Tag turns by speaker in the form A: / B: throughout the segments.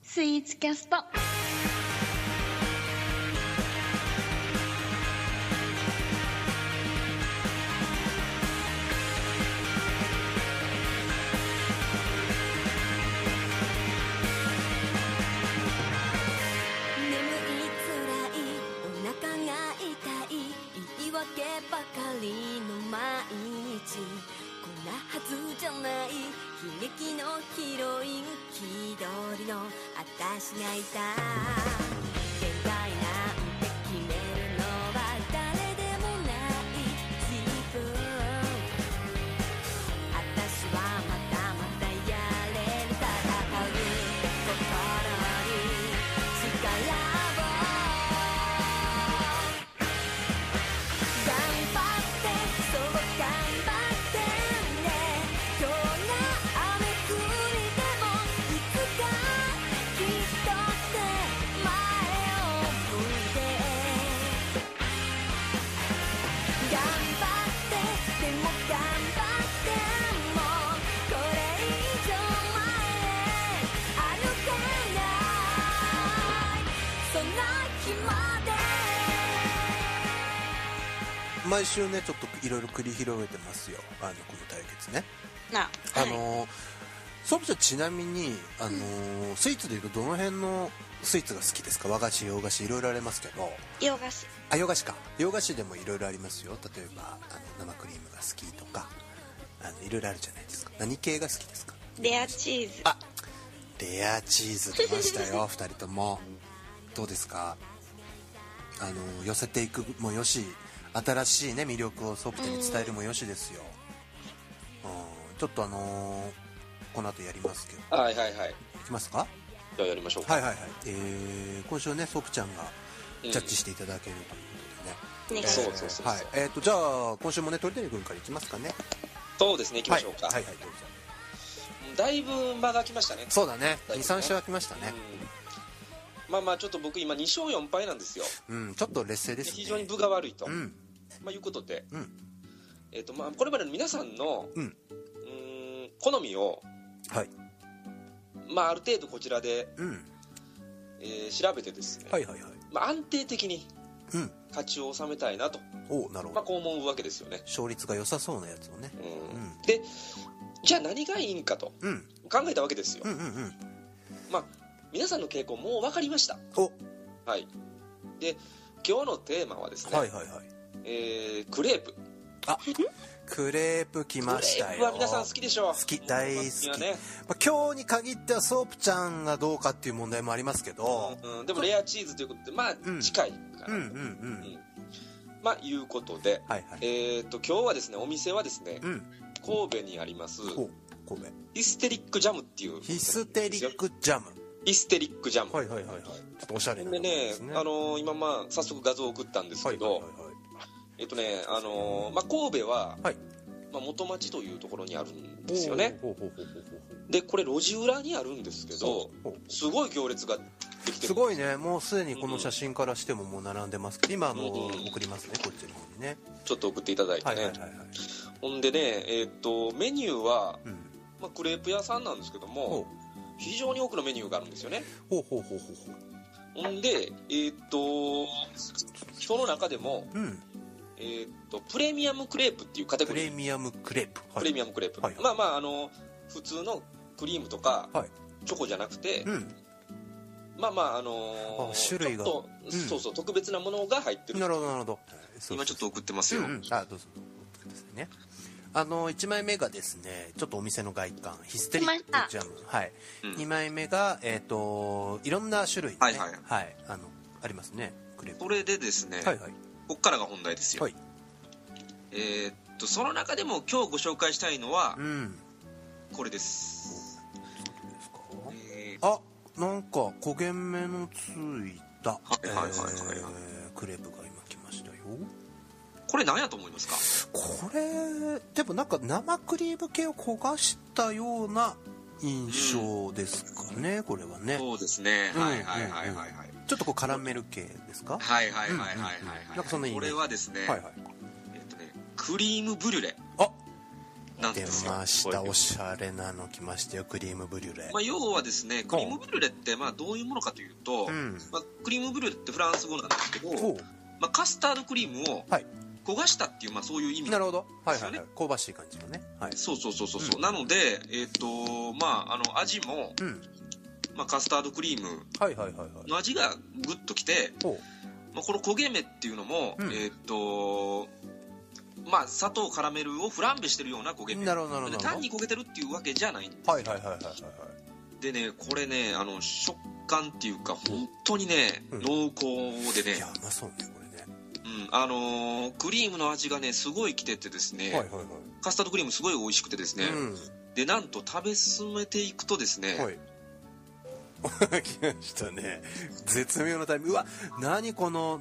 A: スイーツキャスト。
B: 眠いつらいお腹が痛い言い訳ばかりの毎日こんなはずじゃない悲劇のヒロイン気取りの私がいた限界なんて決めるのは誰でもない自分私はまたまたやれる戦う心の中で力を頑張ってそう頑張ってねどんな雨降りでもいつかきっとって前を向いて頑張ってでも頑張ってもこれ以上の前へ歩けないその日まで
C: 毎週ねちょっといろいろ繰り広げてますよあのこの対決ね、
A: な、
C: あのーソブちゃんちなみに、あのースイーツでいうとどの辺のスイーツが好きですか和菓子洋菓子いろいろありますけど
A: 洋菓子。
C: あ洋菓子か洋菓子でもいろいろありますよ例えばあの生クリームが好きとかいろいろあるじゃないですか何系が好きですか
A: レアチーズ。
C: あレアチーズ出ましたよ 2人ともどうですかあの寄せていくもよし新しいね魅力をソプテに伝えるもよしですよ、うん、ちょっとあのーこの後やりますけど
D: はいはいはい
C: いきますか
D: じゃあやりましょうか
C: はいはいはい、えー今週ねソプちゃんが
D: う
C: ジ
D: ん
C: ャッジしていただけるということでね、
A: ね
C: えー
D: そうそうそうそう
C: はいえー、とじゃあ今週もね鳥谷君からいきますかね
D: そうですね行きましょうか、
C: はい、はいはいどうぞ
D: だいぶ間が空きましたね
C: そうだね
D: 大丈夫
C: 23週空きましたね
D: うんまあまあちょっと僕今2勝4敗なんですよ
C: うん、ちょっと劣勢で
D: です
C: ね
D: 非常に分が悪いと、
C: うん
D: まあ、いうことで、
C: うん
D: えっとまあ、これまでの皆さんの、
C: うん
D: ーん好みを、
C: はい
D: まあ、ある程度こちらで、
C: うん
D: えー調べてですね、
C: はいはいはい
D: まあ、安定的に
C: うん
D: 勝ちを収めたいなと、
C: おなるほ
D: ま
C: ど
D: あ、こう思うわけですよね、
C: 勝率が良さそうなやつをね
D: うん
C: ん
D: でじゃあ何がいいんかと
C: うん
D: 考えたわけですよ、
C: うんうんうん
D: まあ、皆さんの傾向もう分かりました、
C: お
D: はい、で今日のテーマはですね、
C: はいはいはい
D: えークレープ
C: クレープ来ましたよ
D: クレープは皆さん好きでしょう
C: 好き大好き
D: 僕はね
C: まあ、今日に限ってはソープちゃんがどうかっていう問題もありますけど
D: うん、でもレアチーズということでまあ
C: うん
D: 近いか
C: うん
D: な、
C: うんうん
D: まあいうことで、
C: はいはい
D: えっと今日はですねお店はですね
C: うん
D: 神戸にあります
C: おごめん
D: ヒステリックジャムっていう
C: ヒステリックジャム
D: ヒステリックジャム、
C: はいはいはいはいちょっとおしゃれな
D: で
C: 名前
D: ね、あのー今まあ早速画像を送ったんです
C: はい
D: け
C: はい
D: ど、
C: はいはい
D: えっとねあのーまあ神戸は、
C: はい
D: まあ、元町というところにあるんですよね
C: ほうほうほうほうほう
D: でこれ路地裏にあるんですけど
C: ほう
D: すごい行列ができてる
C: すごいねもうすでにこの写真からしてももう並んでますけど今あの送りますねこっちの方にね
D: ちょっと送っていただいて
C: は
D: ね、
C: いはいはいはい
D: ほんでねえっとメニューは、
C: うん
D: まあ、クレープ屋さんなんですけど
C: ほう
D: も非常に多くのメニューがあるんですよね
C: ほうほうほうほうほ
D: ほんでえーっとその中でも、
C: ううん
D: えーっとプレミアムクレープっていうカテゴ
C: プ
D: リ
C: レ
D: ー
C: ミアムクレープはい
D: プレミアムクレープ、
C: はいはい
D: まあまああの普通のクリームとか、
C: はい
D: チョコじゃなくて、
C: うん
D: まあまああの
C: あ
D: ー
C: 種類が
D: ちょっと、
C: ん
D: そうそう特別なものが入ってる
C: なるほどなるほど
D: 今ちょっと送ってます
C: う
D: よ、
C: んうんあどうぞ送ってくださいねあの1枚目がですねちょっとお店の外観ヒステリックジャムはい
D: うん
C: 2枚目がえっといろんな種類ね
D: はいはい
C: はいあのありますねクレープ
D: それでですね、
C: はいはい
D: こっからが本題ですよ、
C: はい
D: えーっとその中でも今日ご紹介したいのは
C: うん
D: これです、
C: どうですか
D: えー
C: あなんか焦げ目のついた、
D: いはいはいはいはい
C: えークレープが今来ましたよ
D: これ何やと思いますか
C: これでもなんか生クリーム系を焦がしたような印象ですかね、これはね
D: そうですね
C: うん
D: はいはいはいはいはい
C: ちょっとこうカラメル系ですか
D: はいはいはいはいはい
C: うんうんなんかそんなイメー
D: こ
C: ジ
D: れはですね,、
C: はいはい
D: えーっとねクリームブリュレ
C: あ
D: なん
C: 出
D: ですよ
C: まし
D: こ
C: た
D: ういう
C: おしゃれなの来ましたよクリームブリュレ
D: まあ、要はですねクリームブリュレってまあどういうものかというと、
C: うん
D: まあ、クリームブリュレってフランス語なんですけど、
C: お
D: まあ、カスタードクリームを
C: はい
D: 焦がしたっていう、まあ、そういう意味
C: なるほどはい
D: です
C: は
D: よ
C: い、
D: ね
C: はい、香ばしい感じのねはい
D: そうそうそうそう、
C: う
D: うなので、えっとまあ、あの味も、
C: うん
D: まあ、カスタードクリーム
C: はいはいはいはい
D: の味がグッときて、
C: ほ
D: まあ、この焦げ目っていうのも、
C: うん
D: えっとまあ、砂糖カラメルをフランベしてるような焦げ
C: う
D: 目
C: なるほどなるほ
D: で
C: ど
D: 単に焦げてるっていうわけじゃないんですよ
C: はいはいはいはいはいはい
D: でねこれねあの食感っていうか本当にね、
C: うん
D: 濃厚で
C: い
D: ね
C: や、うまそうねこれね
D: うん、あのークリームの味がねすごいきててですね、
C: はいはいはい
D: カスタードクリームすごい美味しくてですね、
C: う
D: でなんと食べ進めていくとですね、
C: んはい 来ましたね絶妙なタイミングうわ何この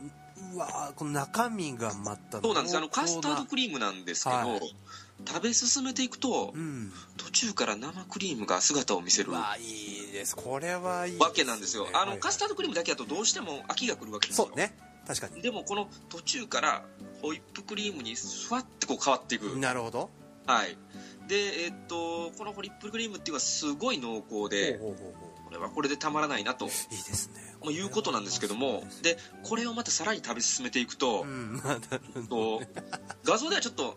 C: うわこの中身がまた
D: そうなんですあの
C: 濃
D: カ
C: 厚
D: スタードクリームなんですけど、
C: はい
D: 食べ進めていくと
C: うん
D: 途中から生クリームが姿を見せるわ
C: わいいですこれはいいすね
D: けなんですよあのカスタードクリームだけだとどうしても飽きが来るわけですよ
C: そうね確かに
D: でもこの途中からホイップクリームにふわってこう変わっていく
C: なるほど
D: はいでえっとこのホイップクリームっていうのはすごい濃厚で
C: ほうほうほうほ
D: これはこれでたまらないなと
C: ういいですね
D: まあいうことなんですけどもでこれをまたさらに食べ進めていくと
C: う、んまだ
D: と画像ではちょっと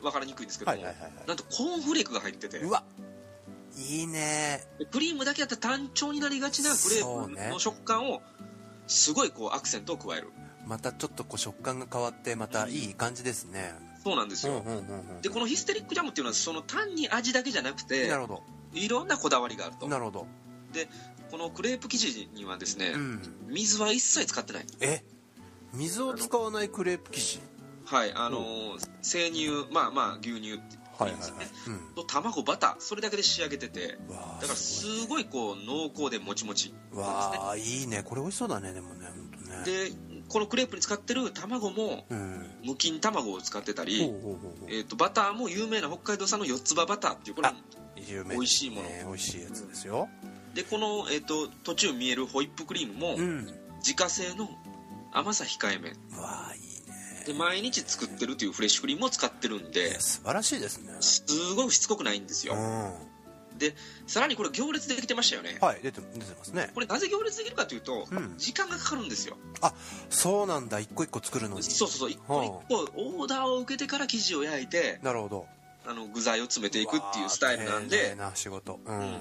D: 分かりにくいんですけども、
C: はいはいはいはい
D: なんとコーンフレークが入ってて
C: うわいいね
D: でクリームだけだったら単調になりがちなフレ
C: そう
D: ー
C: ね
D: クの食感をすごいこうアクセントを加える
C: またちょっとこう食感が変わってまたいい感じですね
D: そうなんです
C: うん
D: よ、
C: うんうんうん
D: でこのヒステリックジャムっていうのはその単に味だけじゃなくて
C: なるほ
D: いろんなこだわりがあると
C: どなるほど
D: このクレープ生地にはですね、
C: うん
D: 水は一切使ってない
C: え水を使わないクレープ生地
D: はいあのー生乳まあまあ牛乳って
C: はいは
D: いう
C: い
D: んですね
C: はいうん
D: と卵バターそれだけで仕上げてて
C: うわ
D: だ
C: あ
D: からすごいこう濃厚でもちもち
C: わあいいねこれ美味しそうだねでもね本当ね
D: でこのクレープに使ってる卵も
C: うん
D: 無菌卵を使ってた
C: ほう
D: り、
C: ほうほうほう
D: えー、とバターも有名な北海道産の四つ葉バターっていうこれ
C: あ有名
D: 美味しいもの
C: ね美味しいやつですよ
D: でこの、えー、と途中見えるホイップクリームも
C: うん
D: 自家製の甘さ控えめ
C: わあいいね
D: で毎日作ってるというフレッシュクリームを使ってるん
C: い
D: で
C: や素晴らしいですね
D: すごいしつこくないんです
C: う
D: よ
C: ん
D: さらにこれ行列できてましたよね
C: はい出て出てますね
D: これなぜ行列できるかというと、
C: うん
D: 時間がかかるんですよ
C: そうなんだ一個一個作るのに
D: そうそうそう一個一個オーダーを受けてから生地を焼いて
C: なるほど
D: あの具材を詰めていくっていうスタイルなん
C: わあ丁
D: で
C: 寧な仕事う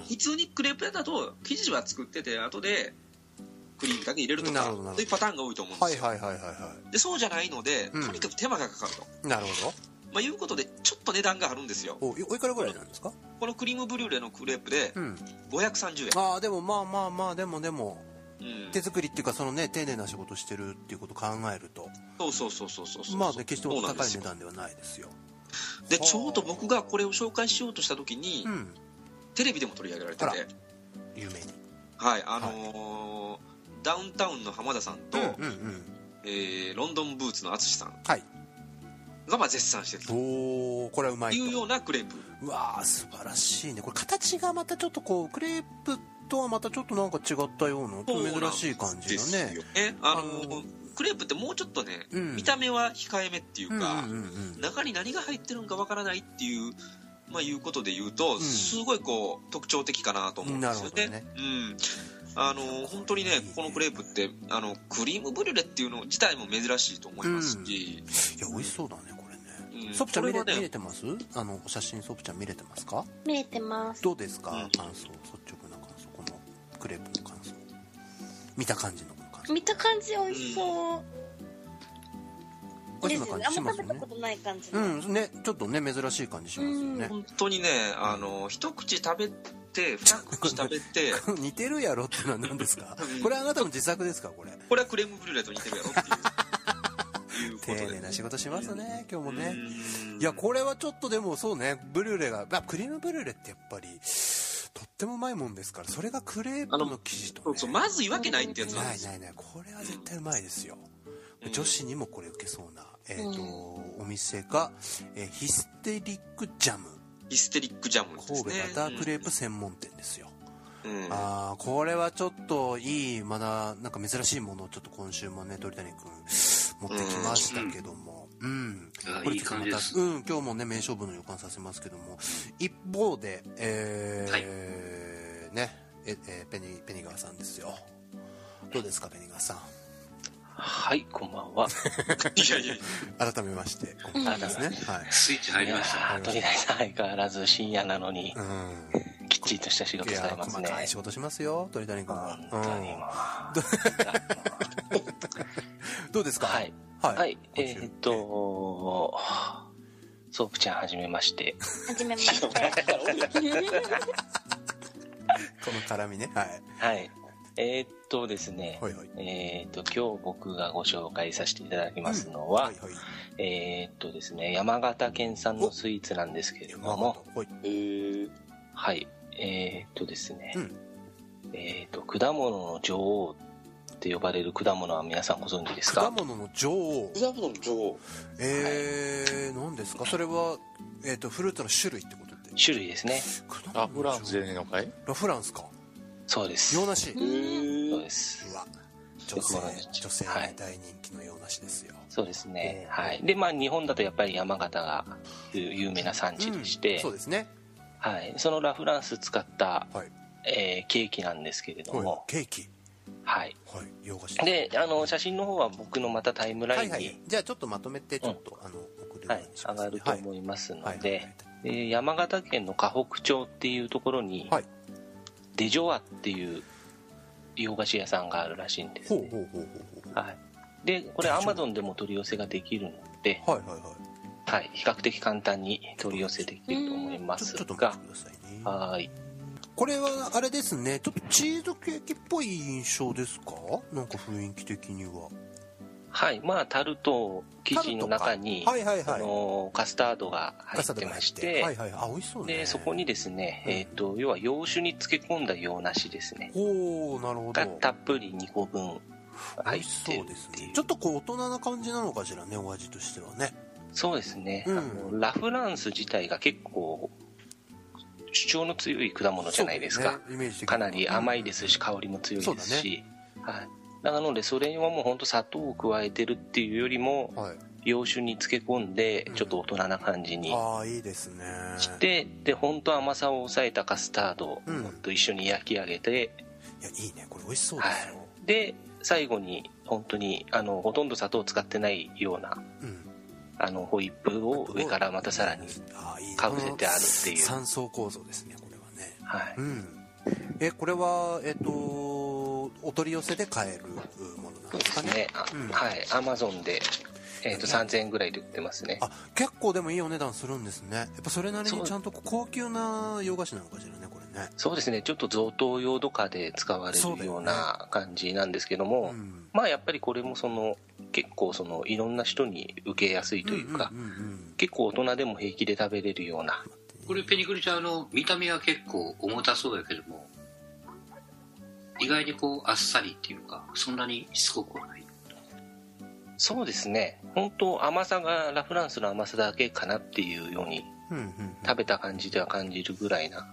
D: 普通にクレープ屋だと生地は作ってて後でクリームだけ入れると
C: な
D: か
C: るほどなるほど
D: そういうパターンが多いと思うんで
C: は
D: す
C: い
D: よ、
C: はいはいはいは
D: でそうじゃないので、
C: うん
D: とにかく手間がかかると、
C: いなるほ
D: まあ、いうことでちょっと値段が張るんですよ
C: どおいおいくらぐらいなんですか
D: このクリームブリュレのクレープで
C: うん
D: 530円、
C: ああでもまあまあまあでもでも
D: うん
C: 手作りっていうかそのね丁寧な仕事してるっていうことを考えると
D: そうそうそうそうそうそう
C: まあね決してお
D: そうなんで
C: 高い
D: す
C: 値
D: よ
C: 段ではないですよ
D: でちょうど僕がこれを紹介しようとした時に、
C: うん
D: テレビでも取り上げられて
C: あら
D: て
C: 有名に
D: はいあのーダウンタウンの浜田さんと、
C: うんうん
D: えーロンドンブーツの淳さん
C: はい
D: がまあ絶賛してると
C: おおこれはうまい
D: いう
C: と
D: ようなクレープ
C: うわー素晴らしいねこれ形がまたちょっとこうクレープとはまたちょっとなんか違ったような
D: そうなん
C: 珍しい感じ
D: です
C: のね
D: よえあの
C: あの
D: クレープってもうちょっとね、
C: うん
D: 見た目は控えめっていう
C: うん
D: か、
C: うんうん
D: 中に何が入ってるのかわからないっていう、まあ、いうことで言うと、
C: ん
D: すごいこう特徴的かなと思うんですよね。
C: なる
D: うんあの本当にねこのクレープってあのクリームブリュレっていうの自体も珍しいと思いますし、
C: いや美味しそうだねこれね
D: うん
C: ソプちゃん見れ,、
D: これは
C: 見れ
D: ね
C: てますあのお写真ソプちゃん見れてますか
A: 見れてます。
C: どうですか、
D: うん
C: 感想率直な感想このクレープの感想見た感じの感想
A: 見た感じ美味しそう。
C: 美
A: で
C: 味し
A: す
C: そ
A: よ
C: うな
A: ね。あ
C: 感じ
A: ん
C: し
A: ま
C: ま
A: 食
C: すよ
A: べた
C: ね
A: ことない感じ
C: う
A: の。
C: んねちょっとね珍しい感じしますよね、
D: 本当にねあの一口食べて二口食べ て
C: 似てるやろってのは何ですかこれあなたの自作ですかこれ
D: これはクレームブリュレと似てるやろって いういうこと
C: 丁
D: で
C: 寧な仕事しますね今日もね
D: うん
C: いやこれはちょっとでもそうねブリュレがあクリームブリュレってやっぱりとってもうまいもんですからそれがクレープの生地と、ね、
D: そうそうまずいわけないってやつなん
C: な
D: で
C: い
D: すよ
C: ないないこれは絶対うまいですよ、
D: うん
C: 女子にもこれ受けそうな、えーとお店が、えーヒステリックジャム
D: ヒステリックジャムですね
C: 神戸バタークレープ専門店ですよ、
D: うんうん
C: ああこれはちょっといいまだなんか珍しいものをちょっと今週もね鳥谷君持ってきましたけども、うん
E: あ、
C: これ
E: いい感じで
C: ちょっ
E: す
C: とまたうん、今日もね名勝負の予感させますけども一方で、えー
E: はい
C: ねええーペニペニガーさんですよどうですかペニガーさん
E: はい、こんばんは。
D: いやいやいや
C: 改めまして今回ですね、はい
E: スイッチ入
F: い
E: り
F: や
E: ました。
F: ー、とりあえず相変わらず深夜なのに、
C: う
F: きっちりとした仕
C: ん、
F: 事
C: い
F: さ
C: や
F: れます
C: 細
F: ね。
C: かい仕事しますよ鳥谷君は
F: 本、当にも
C: うん、どうです
F: う。
C: か
F: はい。
C: は
F: はい。え
C: 今週
F: ーっと、ソープちゃんはじめまして。
A: はじめまして。
C: この絡みねはい
F: はい。えーっとですね、
C: はいはい
F: えーっと、今日僕がご紹介させていただきますの
C: は
F: は、
C: いはい
F: えーっとですね、山形県産のスイーツなんですけれど
C: 山
F: も、
C: 形はい
G: えー、
F: はい。えーっとですね、
C: うん
F: えーっと、果物の女王って呼ばれる果物は皆さんご存知です
C: 果
F: か
C: 物の女王
G: 果物の女王。
C: えー、何ですかそれは、えー、とフルーツの種類ってことで
F: 種類ですね。
H: あフランスでねえのかい
C: ラフランスか
F: そうです。
C: 洋梨
A: う。
C: うん
F: そう
G: え
F: です。
C: わ女性
F: はい
C: 女性に
F: はい
C: 大人気の洋梨ですよ、
F: そうですね。
C: うん
F: はい。で、まあ、日本だとやっぱり山形が有有名な産地
C: う
F: で
C: ん
F: して、
C: そうですね
F: はい。そのラ・フランス使った、
C: はい
F: えーケーキなんですけれど
C: はい
F: も、
C: ケーキ
F: はい。
C: はい洋菓子
F: で、あの、写真の方は僕のまたタイムラ
C: は
F: イ
C: い
F: ンに、
C: は
F: はい
C: いじゃあちょっとまとめてちょっと、あの送るようにし
F: 上
C: ます
F: がると思いますので、
C: はいはい
F: えー山形県の河北町っていうところに、
C: はい
F: デジョアっていう洋菓子屋さんがあるらしいんです、
C: ほう
F: ね。
C: ほうほうほうほう
F: はい。で、これ
C: デジョア
F: Amazon でも取り寄せができるので、
C: はいはいはい
F: はい、比較的簡単に取り寄せできると思いま
C: ち
F: す
C: ょちょっと
F: が
C: 待って、くださいね
F: はい。
C: これはあれですねちょっとチーズケーキっぽい印象ですかなんか雰囲気的には
F: はい、まあ、タルト生地の中に、
C: はいはい
F: あ
C: はい
F: のカスタードが入ってまし
C: はい
F: て、
C: はいはいあ美味しそうね
F: で、そこにですね、
C: うん
F: えっと、要は洋酒に漬け込んだ洋梨ですね。
C: おおなるほど
F: がたっぷり2個分
C: 美
F: 入っ
C: 味してそ
F: る
C: うです
F: ってい
C: ね
F: う
C: ちょっとこう大人な感じなのかしらねお味としてはね
F: そうですね、
C: うん
F: あのラ・フランス自体が結構主張の強い果物じゃないです
C: そ
F: か
C: うだよねイメージ的に
F: かなり甘いですし香りも強いですし、はい、なのでそれはもうほんと砂糖を加えてるっていうよりも
C: はい
F: 洋酒に漬け込んで
C: うん
F: ちょっと大人な感じに
C: ああいいですね
F: して、で本当甘さを抑えたカスタード
C: うん
F: と一緒に焼き上げて、
C: いやいいねこれ美味しそうですよ、
F: はい、で最後に本当にあのほとんど砂糖を使ってないような
C: うん
F: あのホイップを上からまたさらに、
C: あーいいね
F: かぶせてあるっていう
C: この三層構造ですねこれはね
F: はい、
C: うんえこれはえっ、とお取り寄せで買えるものなん
F: そ
C: で
F: うです
C: か
F: す
C: ね
F: ね、あ
C: うん
F: はいアマゾンで、えー、と3000円ぐらいで売ってますね
C: あ結構でもいいお値段するんですねやっぱそれなりに
F: そう
C: ちゃんと高級な洋菓子なのかしらねこれね
F: そうですねちょっと贈答用とかで使われ
C: そうだ
F: る
C: よ
F: よ
C: ね
F: うな感じなんですけども、
C: ん
F: まあやっぱりこれもその結構そのいろんな人に受けやすいというか、
C: んんん
F: 結構大人でも平気で食べれるような
E: これペニクリちゃん、あの、見た目は結構重たそうやけども、意外にこう、あっさりっていうか、そんなにしつこくはない。
F: そうですね本当甘さがラ・フランスの甘さだけかなっていうように
C: うんうんうん
F: 食べた感じでは感じるぐらいな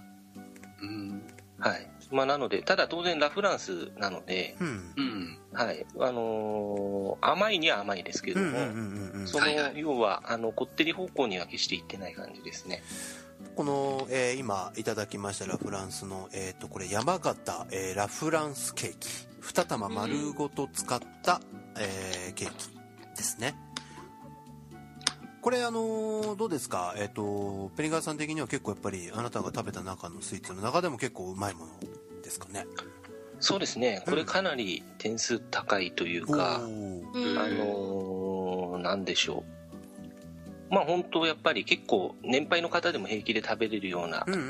E: うん。
F: はいまあなのでただ当然ラ・フランスなので、
C: うん
E: うん。
F: はいあのー甘いには甘いですけども、
C: うんうんうん
F: その、
E: はいはい
F: 要はあのこってり方向には決していってない感じですね
C: この、えー今いただきましたラ・フランスの、えー、とこれ山形、えーラ・フランスケーキ2玉丸ごと使った、えーケーキですねこれあのーどうですかえっ、とペリガーさん的には結構やっぱりあなたが食べた中のスイーツの中でも結構うまいものですかね
F: そうですねこれかなり点数高いというか、
C: おー
A: うん
F: あのーなんでしょうまあ本当やっぱり結構年配の方でも平気で食べれるような
C: うんうんう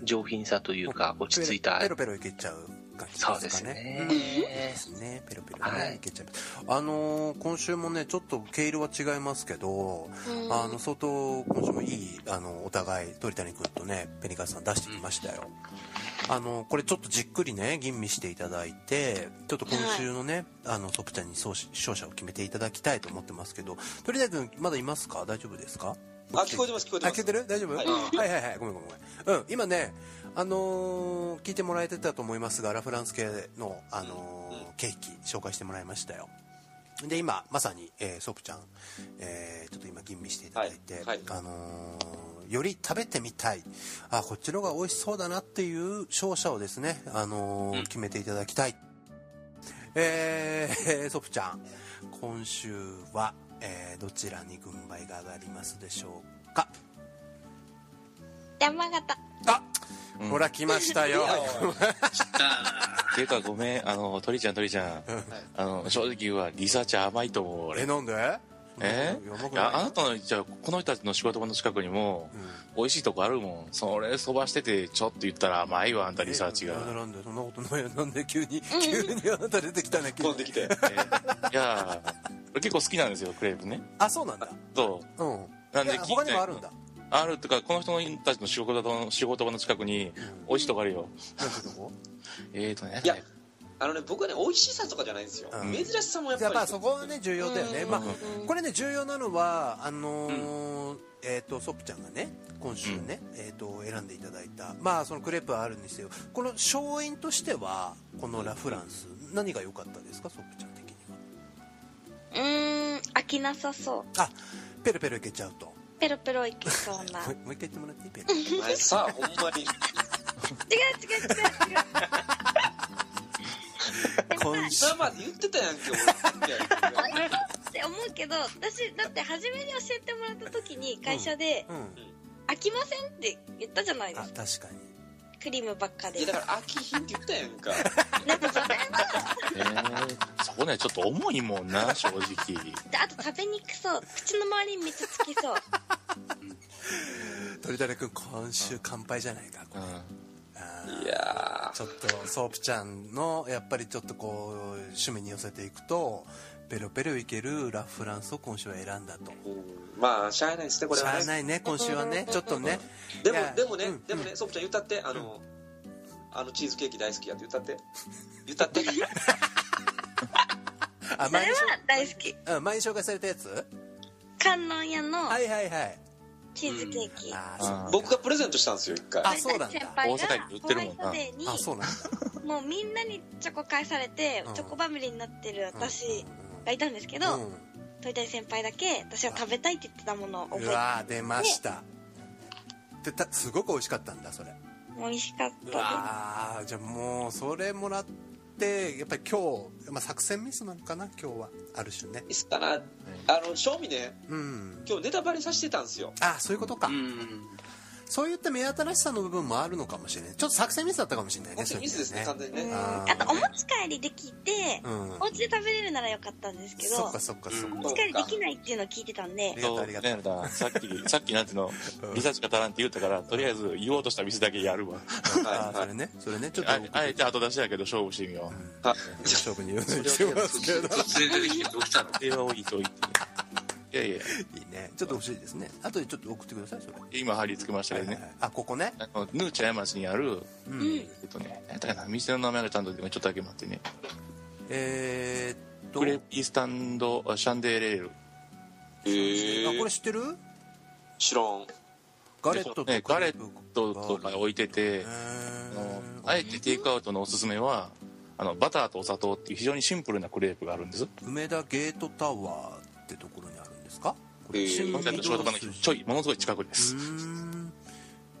C: ん
F: 上品さというか落ち着いた
C: ペロペロいけちゃう感じですか
F: そ
C: ね
F: うですね
C: うんですねペロペロね、
F: はい
C: いけちゃうあのー今週もねちょっと毛色は違いますけど、
A: うん
C: あの相当今週もいいあのお互い鳥谷君とねペニカスさん出してきましたよ、あのこれちょっとじっくりね吟味していただいてちょっと今週のね、あのソプちゃんに勝勝者を決めていただきたいと思ってますけど鳥谷君まだいますか大丈夫ですか
G: あ、聞こえてます、聞こえて
C: あ
G: ま
C: 聞
G: す
C: い。てる大丈夫、は
G: はい
C: い、はいはいごめんごめんごめんうん今ねあのー聞いてもらえてたと思いますがラ・フランス系の、あのーケーキ紹介してもらいましたよで今まさに、えーソープちゃん、えーちょっと今吟味していただいて、
G: はいはい
C: あのーより食べてみたいあこっちの方が美味しそうだなっていう商社をですね、あのー
E: うん
C: 決めていただきたいえー ソープちゃん今週は、えーどちらに軍配が上がりますでしょうか
A: 山形。
C: あ、
H: うん
C: ほら来ましたよ
H: ていうかごめんあの鳥ちゃん鳥ちゃんあの正直言うわリサーチ甘いと思う
C: え
H: 俺
C: なんで
H: え
C: やばく
H: い
C: ない
H: やあなたのじゃあこの人たちの仕事場の近くにも
C: うん
H: 美味しいとこあるもんそれそばしててちょっと言ったら甘いわあんたリサーチが
C: えなんでなんでそんなことないよなんで急に急にあなた出てきたね急
G: 飛ん
C: に
G: できて。
H: いや俺結構好きなんですよクレープね
C: あそうなんだ
H: そう
C: うん
H: なんで
C: いや他にもあるんだ
H: あるとかこの人たちの仕事場の仕事場の近くに美味しいとこあるよ
C: なんてとこ
H: えーとね
G: いやあのね、僕はね、美味しさとかじゃないんですよ。
C: うん
G: 珍しさもやっぱ
C: やっ
G: り。
C: ぱそこはね重要だよねまあ
A: うん
C: これね重要なのはあのーえっとソップちゃんがね今週ねえっと選んでいただいたまあそのクレープはあるんですよこの勝因としてはこのラ・フランス何が良かったですかソップちゃん的に
A: うーん、飽きなさそう。
C: はあペロペロいけちゃうとも
A: ペロペロいけそうな。
C: う
A: 違う
C: もう一回言ってもらっていいペロ
G: お前さあ、ほんまに。
A: 違う違う違う。
C: 今 週
G: 今まで言ってたやんけ、
A: おいって思うけど、私、だって初めに教えてもらった時に会社で、
C: うん
A: 飽きませんって言ったじゃないで
C: あ
A: すか。
C: 確かに
A: クリームばっかで
G: 俺。い。や、だから、秋品って言ったやんか。
A: なんかそれは、
H: えーそこねちょっと重いもんな正直
A: であと食べにくそう。口の周りに蜜つき そう。
C: 鳥谷君今週乾杯じゃないかこ
H: う
C: れ
H: ん
C: あー
G: いや
C: ちょっとソープちゃんのやっぱりちょっとこう趣味に寄せていくとペロペロいけるラ・フランスを今週は選んだと
G: ー。うんまあ、しゃあないですね、これ
C: し
G: は
C: ゃ
G: ね
C: あ。ないね今週はねちょっとね
G: で
C: いや
G: も、でもね、
C: うん
G: でもね、ソプちゃん言ったって、あの、あのチーズケーキ大好きやって言ったって。言った って。
A: それ
C: 甘い
A: は大好き。
C: うん前に紹介されたやつ
A: 観音屋の
C: はいはいはい
A: チーズケーキ。
C: あーそうなんだ
G: 僕がプレゼントしたんですよ、一回。
C: あそうなんだ
A: 先輩
H: 大阪
A: が
H: に売っ
A: ホ
H: て
A: ワ
H: る
A: イ
H: もんな
A: トデーに
C: あそうなんだ
A: もうみんなにチョコ返されて
C: うん
A: チョコバブリになってる私がいたんですけ
C: うん
A: ど鳥谷先輩だけ私は食べたいって言ってたものを
C: うん
A: 覚
C: う
A: え
C: わー出ましたでたすごく美味しかったんだそれ
A: て美味しかったで
C: う
A: す
C: わーじゃあもうそれもらってやっぱり今日、まあ、作戦ミスなのかな今日はある種ね
G: いいっすかな。あの、正味ね、
C: うん
G: 今日ネタバレさせてたんですよ。
C: あそういうことか、
E: うん
C: そういった目新しさの部分もあるのかもしれないちょっと作戦ミスだったかもしれないね
G: 本当にミスですね、
C: そう
G: 完
C: いう
G: 全に
A: うん
G: ね。
C: あ
A: あ
C: ー
A: とお持ち帰りできて
C: 意味ではね
A: お家で食べれるならよかったんです
C: うん
A: けど
C: そっ
A: お
C: かそっかそっか、
A: 持ち帰りできないっていうのを聞いてたんで
C: ありがとう
H: そ
C: あ
H: う
C: り
H: ね
C: がとう
H: ださっ きさっきなんていうのリサーチが足らんって言ったからとりあえず言おうとした店だけやるわ
C: あ
G: は
C: ー
G: い
C: それねそれねちょっと
H: ああえて後出しやけど勝負してみよ
G: はい
C: 勝負に言うのにしてますけど
E: 突然出てきてどうしたの
H: う手は置いといていやいや
C: いいねちょっと欲しいですねあとでちょっと送ってくださいそれ、
H: 今貼り付けましたけどね
C: はいはいあここね
H: あのヌーチャヤ町にある
C: うん、
H: えっとね何やったかな店の名前がちゃんとちょっとだけ待ってね
C: えー、っと
H: クレープイースタンドシャンデーレール
G: へ
C: あこ
G: え
C: れ。知ってる
G: 知らん。
C: ガレットとクレー
H: ね
C: プ
H: ガレッととか置いてて
C: へ
H: あ
C: ー
H: のあえてテイクアウトのおすすめはあのバターとお砂糖っていう非常にシンプルなクレープがあるんです
C: 梅田ゲートタワーってところにあるんですかこ
G: え
C: れ
G: ー
C: 新
H: この
C: 緑
H: 辺の仕事場のちょいものすごい近くで
C: う
H: す、
C: ーん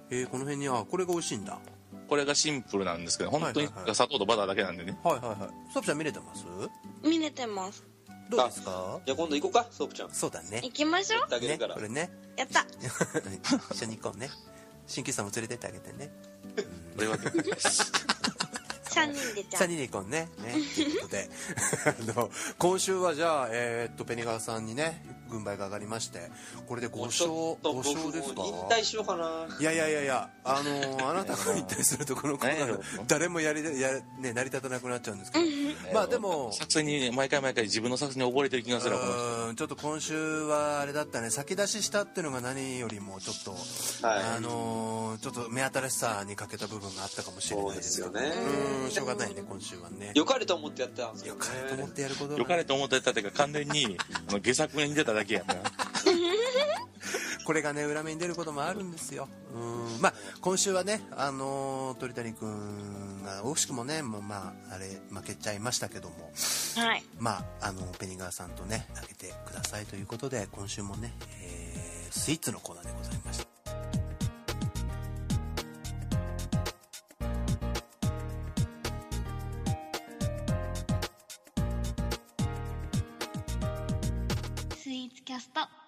C: えーこの辺にあこれが美味しいんだはい
H: これがシンプルなんですけど本当に
C: はいはいはい
H: 砂糖とバターだけなんでね
C: はいはいソプちゃん見れてます
A: 見れてます
C: どうですか
G: じゃあ今度行こうか、ソープちゃん。
C: そうだね
A: 行きましょう
G: 行ってあげ
C: ね
G: るから
C: こ。れね
A: やった
C: 一緒に行こうね新旧さんも連れてってあげてね
H: というわけで
A: 3人でじゃ
C: 3人で行こうねねということで あの今週はじゃあえーっとペニガワさんにね軍配が上がりましてこれで5勝5
G: 僕も
C: 勝ですか
G: 引退しようかな。
C: いやいやいやいや、あのーあなたが引退するとこのコーナ
H: 何や
C: ー
H: ろ
C: 誰もやりでや、ね、成り立たなくなっちゃうんですけどまあでも
H: 作戦にね毎回毎回自分の作戦に溺れてる気がするわこの人
C: うーんちょっと今週はあれだったね先出ししたっていうのが何よりもちょっと、
G: はい
C: あのーちょっと目新しさに欠けた部分があったかもしれないですけ
G: そ
C: ど
G: うですよね
C: うーんしょうがないね今週はね
G: 良かれと思ってやってたんですけ
C: よ
G: ど
C: かれと思っ
G: ね。
C: てやること
H: よか
C: れ
H: れと思ってたっていうか完全にあの下作に出ただけやな
C: これがね裏目に出ることもあるんですようんまあ今週はねあのー鳥谷君が惜しくもねもうまああれ負けちゃいましたけども
A: はい。
C: まあ、あのペニガーさんとね投げてくださいということで今週もね、えースイーツのコーナーでございました
A: スイーツキャスト。